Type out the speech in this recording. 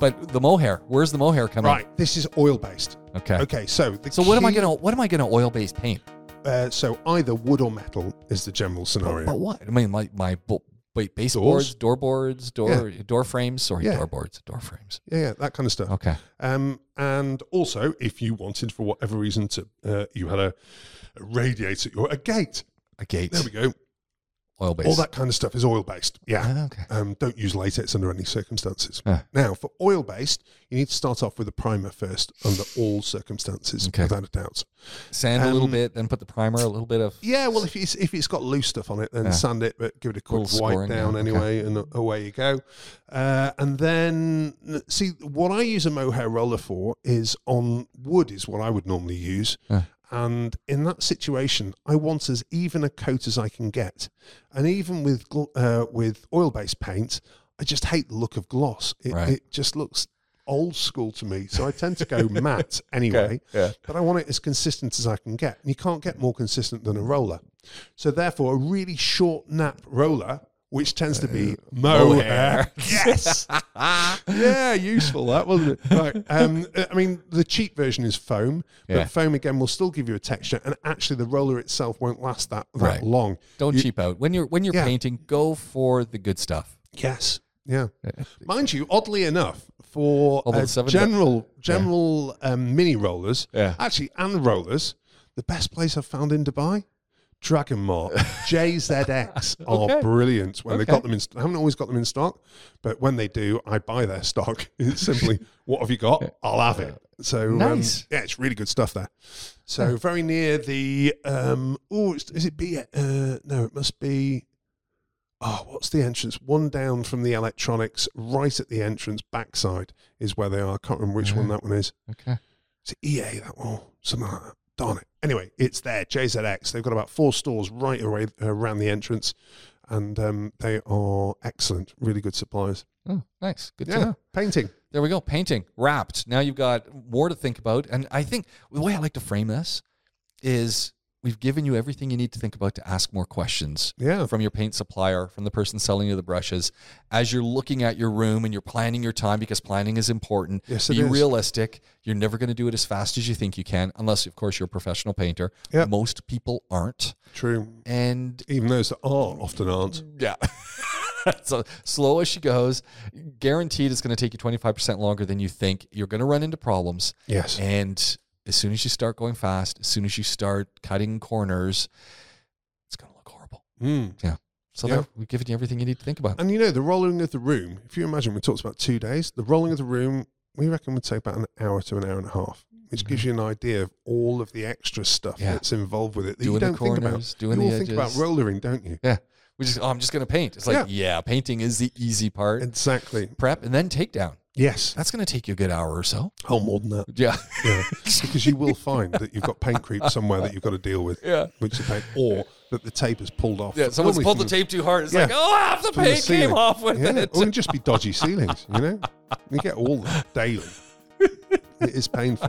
but the mohair. Where's the mohair coming? Right. This is oil based. Okay. Okay, so the So what am I key- gonna what am I gonna oil based paint? Uh, so either wood or metal is the general scenario. But what? I mean, like my bo- wait, baseboards, door boards, door door frames. Sorry, Yeah. door boards, door frames. yeah, yeah, that kind of stuff. Okay. Um, and also, if you wanted, for whatever reason, to uh, you had a, a radiator or a gate. A gate. There we go. Oil based. All that kind of stuff is oil based. Yeah. Ah, okay. Um, don't use latex under any circumstances. Ah. Now, for oil based, you need to start off with a primer first, under all circumstances, Okay. without a doubt. Sand a little Um, bit, then put the primer, a little bit of Yeah, well, if it's if it's got loose stuff on it, then Yeah. sand it, but give it a quick Little wipe scoring down down, okay. anyway, and a- away you go. Uh, and then see what I use a mohair roller for is on wood is what I would normally use. Yeah. And in that situation, I want as even a coat as I can get, and even with gl- uh, with oil based paint, I just hate the look of gloss. It, Right. it just looks old school to me, so I tend to go matte anyway Yeah. but I want it as consistent as I can get. And you can't get more consistent than a roller. So therefore, a really short nap roller, which tends to be mohair. Uh, mohair. Yes. yeah, useful that wasn't it? Right. Um, I mean, the cheap version is foam, but Yeah. foam again will still give you a texture, and actually, the roller itself won't last that that Right. long. Don't cheap out. When you're when you're Yeah. painting, go for the good stuff. Yes. Yeah. Mind you, oddly enough, for Although uh, seven- general general um, mini rollers, Yeah. actually, and rollers, the best place I've found in Dubai, Dragon Mart, JZX are Okay. brilliant. When they Okay. got them in, I haven't always got them in stock, but when they do, I buy their stock. It's simply, what have you got? I'll have it. So um, Nice. yeah, it's really good stuff there. So very near the um, oh, it's- is it B? Uh, no, it must be oh, what's the entrance? One down from the electronics, right at the entrance, backside is where they are. I can't remember which one that one is. Okay. Is it EA E that one? or Something like that. Darn it. Anyway, it's there, JZX. They've got about four stores right away, uh, around the entrance, and um, they are excellent, really good suppliers. Oh, nice. Good to Yeah, know. painting. There we go. Painting wrapped. Now you've got more to think about. And I think the way I like to frame this is we've given you everything you need to think about to ask more questions Yeah. from your paint supplier, from the person selling you the brushes. As you're looking at your room and you're planning your time because planning is important, Yes, it be is. realistic. You're never going to do it as fast as you think you can, unless, of course, you're a professional painter. Yep. Most people aren't. True. And Even those that are often aren't. Mm, yeah. so slow as she goes, guaranteed it's going to take you 25% longer than you think. You're going to run into problems. Yes. And as soon as you start going fast, as soon as you start cutting corners, it's going to look horrible. Mm. So Yeah. there, we've given you everything you need to think about. And you know, the rolling of the room, if you imagine, we talked about two days, the rolling of the room, we reckon would take about an hour to an hour and a half, which gives you an idea of all of the extra stuff Yeah. that's involved with it that you Doing the don't think corners, about. doing you the all think about edges. rollering, don't you? Yeah. We just, oh, I'm just going to paint. It's like, yeah. painting is the easy part. Exactly. Prep and then takedown. Yes. That's going to take you a good hour or so. Oh, more than that. Yeah. Yeah. because you will find that you've got paint creep somewhere that you've got to deal with, Yeah. which is paint, or that the tape is pulled off. Yeah. Someone's Normally pulled the from tape too hard. It's Yeah. like, oh, half the from the paint ceiling. came off with yeah. it. Or it can just be dodgy ceilings, you know? You get all that daily. It is painful.